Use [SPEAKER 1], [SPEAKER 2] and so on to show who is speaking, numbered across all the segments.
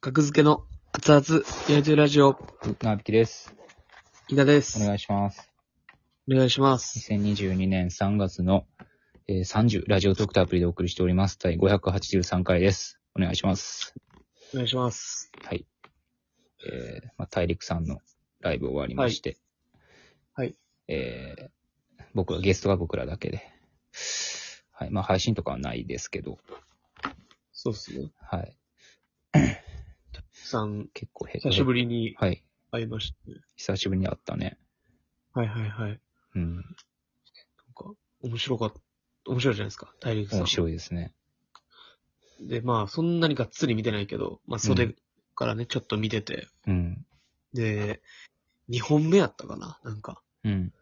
[SPEAKER 1] 格付けの熱々焼いてるラジオ、
[SPEAKER 2] なびきです。
[SPEAKER 1] 稲で
[SPEAKER 2] お
[SPEAKER 1] す。
[SPEAKER 2] 願いします。
[SPEAKER 1] お願いします。
[SPEAKER 2] 2022年3月の、えー30、ラジオトークターアプリでお送りしております。第583回です。お願いします。
[SPEAKER 1] お願いします。
[SPEAKER 2] はい。えー、まあ、大陸さんのライブ終わりまして。
[SPEAKER 1] はいはい
[SPEAKER 2] えー、僕はゲストが僕らだけで。はい。まあ、配信とかはないですけど、
[SPEAKER 1] そうっすね。
[SPEAKER 2] はい。
[SPEAKER 1] さん、
[SPEAKER 2] 結構へ
[SPEAKER 1] 久しぶ
[SPEAKER 2] り。
[SPEAKER 1] りに
[SPEAKER 2] はい。
[SPEAKER 1] 会いましたね。
[SPEAKER 2] 久しぶりに会ったね。
[SPEAKER 1] はいはいはい。なん
[SPEAKER 2] うん。
[SPEAKER 1] か、面白かった。面白いじゃないですか、大陸さん。
[SPEAKER 2] 面白いですね。
[SPEAKER 1] で、まあ、そんなにがっつり見てないけど、まあ、袖
[SPEAKER 2] うん
[SPEAKER 1] からね、ちょっと見てて。
[SPEAKER 2] うん。
[SPEAKER 1] で、2本目やったかななんか、
[SPEAKER 2] うん。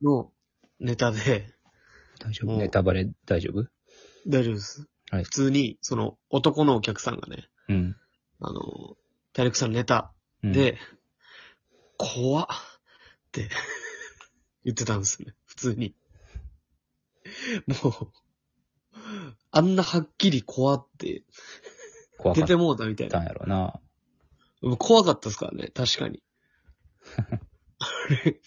[SPEAKER 1] のネタで、
[SPEAKER 2] 大丈
[SPEAKER 1] も
[SPEAKER 2] 夫
[SPEAKER 1] う
[SPEAKER 2] ネタバレ大丈夫
[SPEAKER 1] 大丈夫です。
[SPEAKER 2] はい
[SPEAKER 1] 普通に、その、男のお客さんがね、
[SPEAKER 2] うん。
[SPEAKER 1] あの、大陸さんのネタ、
[SPEAKER 2] うん、
[SPEAKER 1] で、怖っって 言ってたんですよね。普通に。もう、あんなはっきり怖って
[SPEAKER 2] 怖か
[SPEAKER 1] 出
[SPEAKER 2] って
[SPEAKER 1] もうたみたい
[SPEAKER 2] た
[SPEAKER 1] な。
[SPEAKER 2] んやろな。
[SPEAKER 1] 怖かったですからね、確 かに。あれ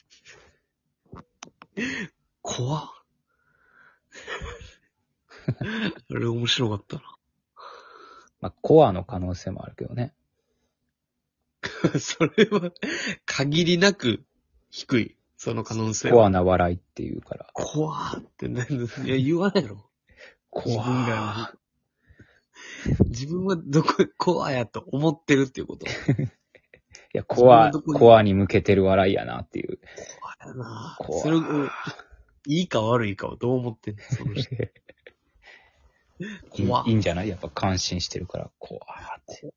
[SPEAKER 1] 怖っあれ面白かった
[SPEAKER 2] まあ、コアの可能性もあるけどね。
[SPEAKER 1] な。 それは、限りなく低い。その可能性は。
[SPEAKER 2] コアな笑いっていうから。
[SPEAKER 1] 怖ーってね、いや、言わないやろ。
[SPEAKER 2] コ
[SPEAKER 1] 自分が
[SPEAKER 2] ア。
[SPEAKER 1] 自分はどこ、コアやと思ってるっていうこと。
[SPEAKER 2] いや、コア、
[SPEAKER 1] 自分のとこに
[SPEAKER 2] コアに向けてる笑いやなっていう。
[SPEAKER 1] 怖やなぁ
[SPEAKER 2] 怖
[SPEAKER 1] それを、いいか悪いかをどう思ってんのその 人。
[SPEAKER 2] いい
[SPEAKER 1] 怖
[SPEAKER 2] いいんじゃないやっぱ感心してるから、コアって。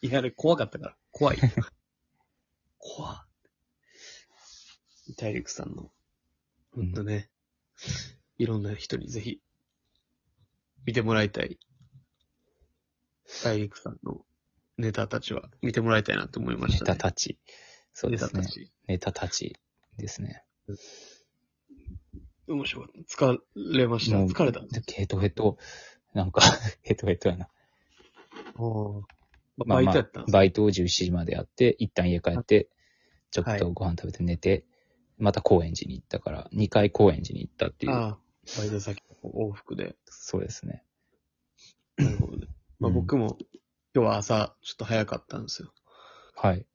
[SPEAKER 1] いや、あれ怖かったから。怖 い。怖大陸さんの、
[SPEAKER 2] う
[SPEAKER 1] ほん
[SPEAKER 2] ん
[SPEAKER 1] とね、いろんな人にぜひ、見てもらいたい。大陸さんのネタたちは見てもらいたいなと思いま
[SPEAKER 2] ネ
[SPEAKER 1] した、
[SPEAKER 2] タ
[SPEAKER 1] ね。
[SPEAKER 2] たち。そうです
[SPEAKER 1] ネ
[SPEAKER 2] ね
[SPEAKER 1] タた。ち。
[SPEAKER 2] ネタたちですね。
[SPEAKER 1] 面白かった。疲れました。
[SPEAKER 2] もう
[SPEAKER 1] 疲れた。
[SPEAKER 2] ヘトヘト、なんか、 ヘトヘトやな。
[SPEAKER 1] まあバイトやったんで
[SPEAKER 2] まあ
[SPEAKER 1] すよ
[SPEAKER 2] バイトを17時までやって、一旦家帰って、ちょっとご飯食べて寝て、また高円寺に行ったから、2回高円寺に行ったっていう。
[SPEAKER 1] ああ、バイト先の往復 で。
[SPEAKER 2] そうですね。
[SPEAKER 1] なるほどね。まあ
[SPEAKER 2] うん
[SPEAKER 1] 僕も、今日は朝、ちょっと早かったんですよ。
[SPEAKER 2] はい。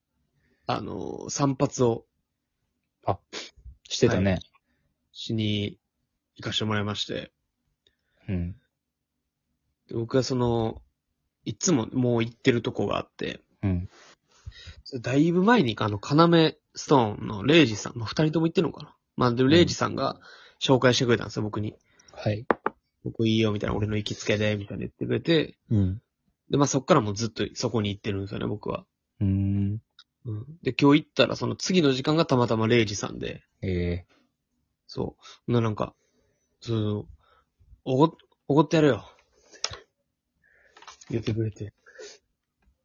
[SPEAKER 1] あのー、散髪を
[SPEAKER 2] してたね。
[SPEAKER 1] しに行かしてもらいまして、
[SPEAKER 2] うん。
[SPEAKER 1] で僕はその、いつももう行ってるとこがあって、
[SPEAKER 2] うん。
[SPEAKER 1] だいぶ前に、あの、要ストーンのレイジさん、まあ二人とも行ってるのかなまあでもレイジさんが紹介してくれたんですよ、僕に。
[SPEAKER 2] はい。
[SPEAKER 1] 僕いいよ、みたいな、俺の行きつけで、みたいな言ってくれて、
[SPEAKER 2] うん。
[SPEAKER 1] で、まあそっからもうずっとそこに行ってるんですよね、僕は。
[SPEAKER 2] うーん。
[SPEAKER 1] うん。で、今日行ったら、その次の時間がたまたま0時さんで、
[SPEAKER 2] ええ
[SPEAKER 1] そう。な、なんか、その、おご、おごってやるよ。言ってくれて。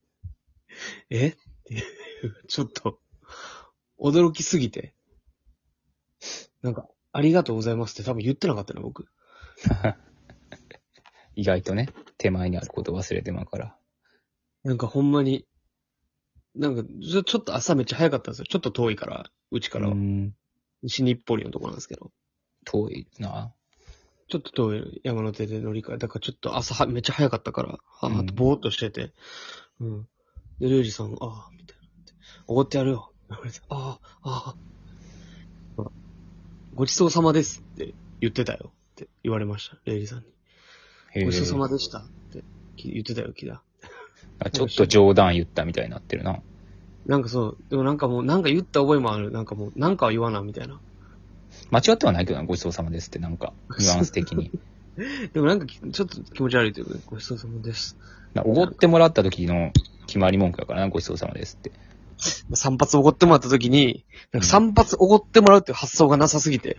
[SPEAKER 1] え っていうちょっと、驚きすぎて。なんか、ありがとうございますって多分言ってなかったね、僕。
[SPEAKER 2] 意外とね、手前にあること忘れてまうから。
[SPEAKER 1] なんかほんまに、なんか、ちょちょっと朝めっちゃ早かったんですよ。ちょっと遠いから、うちからは
[SPEAKER 2] うーん。
[SPEAKER 1] 西日暮里のとこなんですけど、
[SPEAKER 2] 遠いな。
[SPEAKER 1] ちょっと遠い山手で乗り換え、だからちょっと朝はめっちゃ早かったから、は
[SPEAKER 2] うん
[SPEAKER 1] あとぼーっとしてて、うん。で、ルージさん、ああ、みたいな。おごってやるよ。ああ、ああ。ごちそうさまですって言ってたよって言われました、レイジさん
[SPEAKER 2] へ
[SPEAKER 1] に。
[SPEAKER 2] え
[SPEAKER 1] ごちそうさまでしたって言ってたよ、キダ。
[SPEAKER 2] あちょっと冗談言ったみたいになってるな。
[SPEAKER 1] なんかそう、でもなんかもう、なんか言った覚えもある。なんかもう、なんかは言わな、みたいな。
[SPEAKER 2] 間違ってはないけどな、ごちそうさまですって、なんか、ニュアンス的 に。
[SPEAKER 1] でもなんかき、ちょっと気持ち悪いというか、ごちそうさまです。
[SPEAKER 2] なおごってもらった時の決まり文句だからな、ごちそうさまですって。
[SPEAKER 1] 散髪おごってもらった時に、なんか散髪おごってもらうっていう発想がなさすぎて。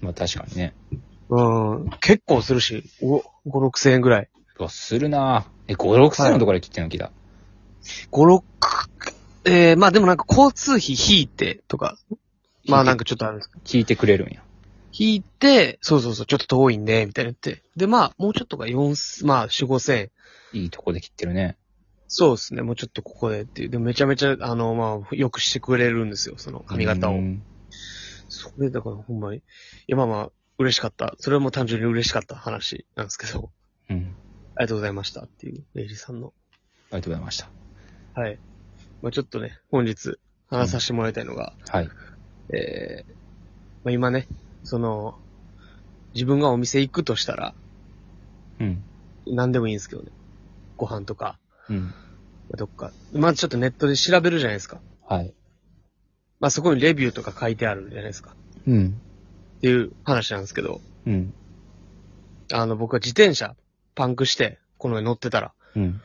[SPEAKER 2] まあ確かにね。
[SPEAKER 1] うん。結構するし、お、5、6千円ぐらい。
[SPEAKER 2] うわ、するなえ、5、6千のところで切ってんのきだ。
[SPEAKER 1] 5、6、えー、まあでもなんか交通費引いてとか、まあなんかちょっとあるんですけど
[SPEAKER 2] 聞いてくれるんや。
[SPEAKER 1] 引いて、そうそうそう、ちょっと遠いんで、みたいな言って。で、まあ、もうちょっとが4、まあ4、5千円。
[SPEAKER 2] いいとこで切ってるね。
[SPEAKER 1] そうですね。もうちょっとここでっていう。でもめちゃめちゃ、あの、まあ、よくしてくれるんですよ。その髪型を。
[SPEAKER 2] うん
[SPEAKER 1] それだからほんまに。いや、まあまあ、嬉しかった。それも単純に嬉しかった話なんですけど、
[SPEAKER 2] うん。
[SPEAKER 1] ありがとうございましたっていう、レイジさんの。
[SPEAKER 2] ありがとうございました。
[SPEAKER 1] はい。まあちょっとね、本日話させてもらいたいのが、
[SPEAKER 2] はい。
[SPEAKER 1] えー、まあ今ね、その、自分がお店行くとしたら、
[SPEAKER 2] うん。
[SPEAKER 1] 何でもいいんですけどね。ご飯とか、
[SPEAKER 2] うん。
[SPEAKER 1] どっか。まあちょっとネットで調べるじゃないですか。
[SPEAKER 2] はい。
[SPEAKER 1] まあそこにレビューとか書いてあるじゃないですか。
[SPEAKER 2] うん。
[SPEAKER 1] っていう話なんですけど、
[SPEAKER 2] うん。
[SPEAKER 1] あの僕は自転車パンクして、この上乗ってたら、
[SPEAKER 2] うん。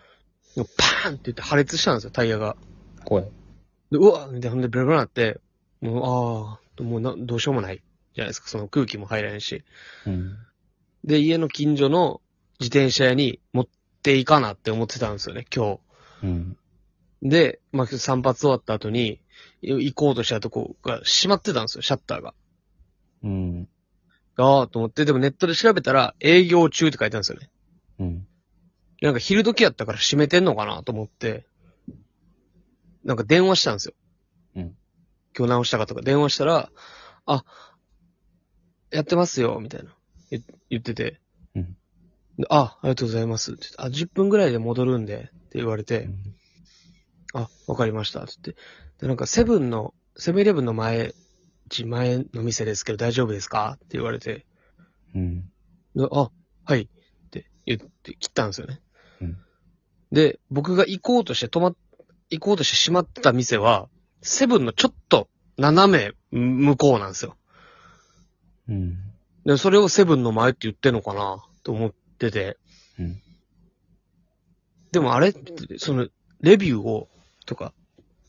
[SPEAKER 1] パーンって言って破裂したんですよ、タイヤが。
[SPEAKER 2] 怖い。
[SPEAKER 1] で、うわみたいな、ほんで、ベロベロになって、もう、ああ、もうな、どうしようもない。じゃないですか、その空気も入らないし。
[SPEAKER 2] うん。
[SPEAKER 1] で、家の近所の自転車屋に持っていかなって思ってたんですよね、今
[SPEAKER 2] うん。
[SPEAKER 1] 日。で、まあ、散髪終わった後に、い行こうとしたとこが閉まってたんですよ、シャッターが。
[SPEAKER 2] うん。
[SPEAKER 1] ああ、と思って、でもネットで調べたら、営業中って書いてあるんですよね。
[SPEAKER 2] うん。
[SPEAKER 1] なんか昼時やったから閉めてんのかなと思って、なんか電話したんですよ。
[SPEAKER 2] うん。
[SPEAKER 1] 今日直したかとか電話したら、あ、やってますよ、みたいな。言言ってて。
[SPEAKER 2] うん
[SPEAKER 1] で。あ、ありがとうございます。って言ってあ、10分ぐらいで戻るんで、って言われて、あ、わかりました。って言って。で、なんかセブンの、セブンイレブンの前、自前の店ですけど大丈夫ですかって言われて、
[SPEAKER 2] うん。
[SPEAKER 1] であ、はい。って言って切ったんですよね。
[SPEAKER 2] うん
[SPEAKER 1] で、僕が行こうとして止まっ、行こうとしてしまってた店は、セブンのちょっと斜め向こうなんですよ。
[SPEAKER 2] うん。
[SPEAKER 1] で、それをセブンの前って言ってんのかなと思ってて。
[SPEAKER 2] うん
[SPEAKER 1] でもあれってその、レビューを、とか、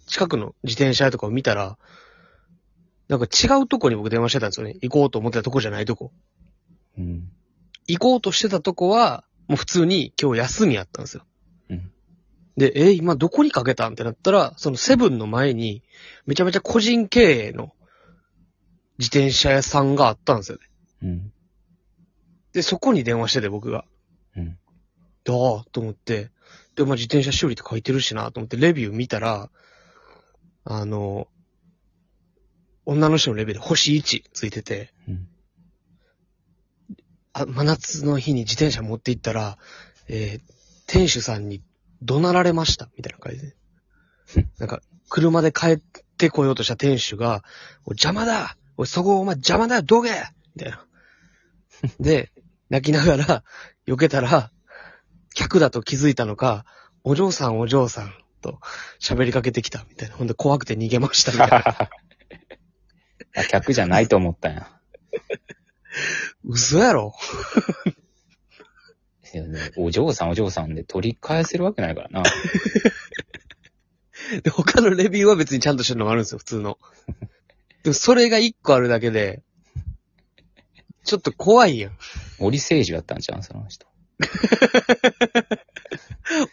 [SPEAKER 1] 近くの自転車屋とかを見たら、なんか違うとこに僕電話してたんですよね。行こうと思ってたとこじゃないとこ。
[SPEAKER 2] うん。
[SPEAKER 1] 行こうとしてたとこは、もう普通に今日休みやったんですよ。
[SPEAKER 2] うん
[SPEAKER 1] で、えー今どこにかけたんってなったら、そのセブンの前に、めちゃめちゃ個人経営の自転車屋さんがあったんですよね。
[SPEAKER 2] うん。
[SPEAKER 1] で、そこに電話してて僕が。
[SPEAKER 2] うん。
[SPEAKER 1] だーと思って、で、まあ、自転車修理って書いてるしなと思って、レビュー見たら、あの、女の人のレビューで星1ついてて、
[SPEAKER 2] うん
[SPEAKER 1] あ真夏の日に自転車持って行ったら、えー店主さんに怒鳴られました、みたいな感じで。なんか、車で帰ってこようとした店主が、おい邪魔だおいそこお前邪魔だよどけみ たいな。で、泣きながら、避けたら、客だと気づいたのか、お嬢さんお嬢さんと喋りかけてきたみたいな。ほんで怖くて逃げましたみた いな。
[SPEAKER 2] あ、客じゃないと思ったんや。
[SPEAKER 1] 嘘やろ
[SPEAKER 2] いやねお嬢さんお嬢さんで取り返せるわけないからな。
[SPEAKER 1] で、他のレビューは別にちゃんとしてるのもあるんですよ、普通 の。でもそれが一個あるだけで、ちょっと怖いやん。
[SPEAKER 2] 森誠治だったんじゃん、その人。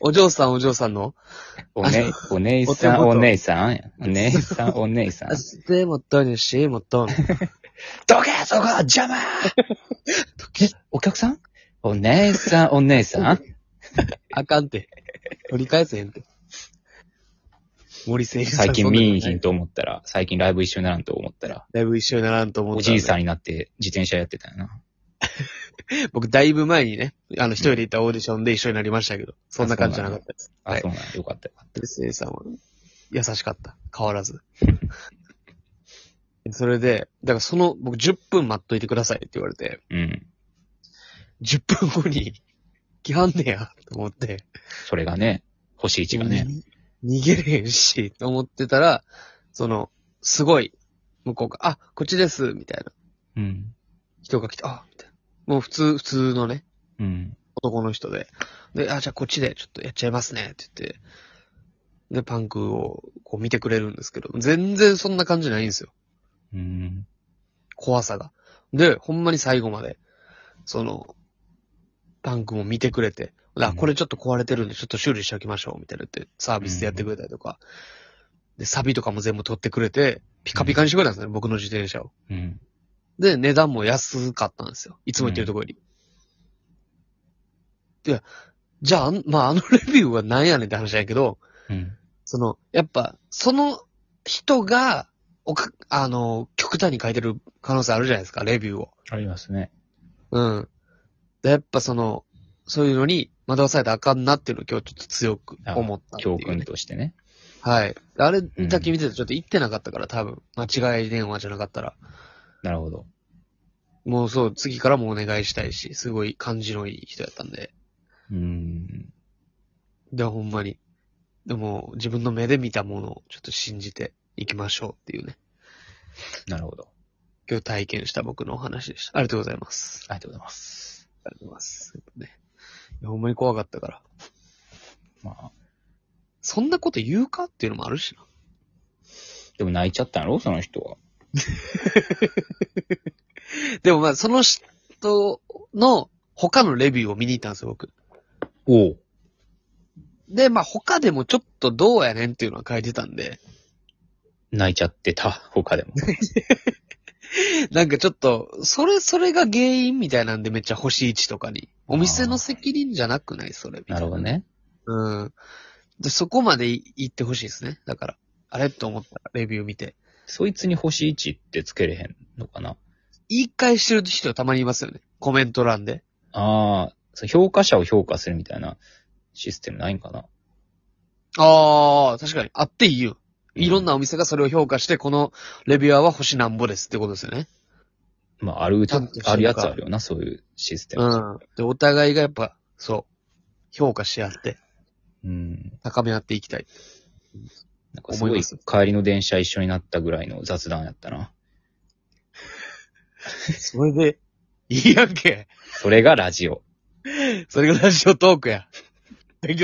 [SPEAKER 1] お嬢さんお嬢さんの。
[SPEAKER 2] おね、お姉さん、
[SPEAKER 1] お手元
[SPEAKER 2] お姉さんや。お姉さん、 お姉さん。
[SPEAKER 1] でもっとにし、もっと。
[SPEAKER 2] どけそこ邪魔えお客さんお姉さん、お姉さん
[SPEAKER 1] あかんて。取り返せへんて。森誠一さん。
[SPEAKER 2] 最近見
[SPEAKER 1] そなこ
[SPEAKER 2] えひ
[SPEAKER 1] とない
[SPEAKER 2] んと思ったら、最近ライブ一緒にならんと思ったら、
[SPEAKER 1] だいぶ一緒にならんと思った。
[SPEAKER 2] おじいさんになって自転車やってたよな。
[SPEAKER 1] ん。僕、だいぶ前にね、あの、一人で行ったオーディションで一緒になりましたけど、そんな感じじゃなかったです。は
[SPEAKER 2] あ、
[SPEAKER 1] い
[SPEAKER 2] そうなんやよかったよかっ
[SPEAKER 1] 森誠一さんは、優しかった。変わらず。 それで、だからその、僕、10分待っといてくださいって言われて、
[SPEAKER 2] た。うん。
[SPEAKER 1] 10分後に、 来はんねや、と思って。
[SPEAKER 2] それがね、星一がね。
[SPEAKER 1] に。逃げれへんし、と思ってたら、その、すごい、向こうが、あ、こっちです、みたいな
[SPEAKER 2] うん。
[SPEAKER 1] 人が来て、あ、みたいな。もう普通、普通のね、
[SPEAKER 2] うん。
[SPEAKER 1] 男の人で。で、あ、じゃあこっちでちょっとやっちゃいますね、って言って。で、パンクをこう見てくれるんですけど、全然そんな感じないんですよ。
[SPEAKER 2] うん。
[SPEAKER 1] 怖さが。で、ほんまに最後まで、その、パンクも見てくれて、あ、
[SPEAKER 2] うん
[SPEAKER 1] これちょっと壊れてるんで、ちょっと修理しておきましょう、みたいなって、サービスでやってくれたりとか、で、サビとかも全部取ってくれて、ピカピカにしてくれたんですね、僕の自転車を。
[SPEAKER 2] うん。
[SPEAKER 1] で、値段も安かったんですよ。いつも言ってるところより。いや、じゃあ、あんまあ、あのレビューはなんやねんって話やけど、
[SPEAKER 2] うん。
[SPEAKER 1] その、やっぱ、その人が、おか、あの、極端に書いてる可能性あるじゃないですか、レビューを。
[SPEAKER 2] ありますね。
[SPEAKER 1] うん。でやっぱその、そういうのに惑わされたらあかんなっていうのを今日ちょっと強く思ったってい
[SPEAKER 2] 教
[SPEAKER 1] う、
[SPEAKER 2] 訓としてね。
[SPEAKER 1] はい。あれだけ見ててちょっと言ってなかったから、多分。間違い電話じゃなかったら。
[SPEAKER 2] なるほど。
[SPEAKER 1] もうそう、次からもお願いしたいし、すごい感じのいい人やったんで。
[SPEAKER 2] うん。
[SPEAKER 1] で、ほんまに。でも、自分の目で見たものをちょっと信じていきましょうっていうね。
[SPEAKER 2] なるほど。
[SPEAKER 1] 今日体験した僕のお話でした。ありがとうございます。
[SPEAKER 2] ありがとうございます。
[SPEAKER 1] ありがとうございます。ね、いやほんまに怖かったから。
[SPEAKER 2] まあ、
[SPEAKER 1] そんなこと言うかっていうのもあるしな。
[SPEAKER 2] でも泣いちゃったんやろその人は。
[SPEAKER 1] でもまあ、その人の他のレビューを見に行ったんですよ、僕。
[SPEAKER 2] おう。
[SPEAKER 1] で、まあ他でもちょっとどうやねんっていうのは書いてたんで、
[SPEAKER 2] 泣いちゃってた。他でも。
[SPEAKER 1] なんかちょっと、それ、それが原因みたいなんでめっちゃ星1とかに。お店の責任じゃなくないそれみたい
[SPEAKER 2] なるほど。ね。
[SPEAKER 1] うん。で、そこまでい言ってほしいですね。だから、あれと思ったらレビュー見て。
[SPEAKER 2] そいつに星1ってつけれへんのかな
[SPEAKER 1] 言い返してる人たまにいますよね。コメント欄で。
[SPEAKER 2] ああ、そう評価者を評価するみたいなシステムないんかな
[SPEAKER 1] ああ、確かに。あっていいよ。いろん
[SPEAKER 2] な。
[SPEAKER 1] なお店がそれを評価して、このレビュアーは星なんぼですってことですよね。
[SPEAKER 2] まあ、ある
[SPEAKER 1] ちゃんとしてるか
[SPEAKER 2] あるやつあるよな、そういうシステ
[SPEAKER 1] う
[SPEAKER 2] ム。
[SPEAKER 1] ん。で、お互いがやっぱ、そう、評価し合って、
[SPEAKER 2] うん。
[SPEAKER 1] 高め合っていきたい。
[SPEAKER 2] なんかすご
[SPEAKER 1] 思い
[SPEAKER 2] い、
[SPEAKER 1] ます
[SPEAKER 2] 帰りの電車一緒になったぐらいの雑談やったな。
[SPEAKER 1] それで、いいやんけ。
[SPEAKER 2] それがラジオ。
[SPEAKER 1] それがラジオトークや。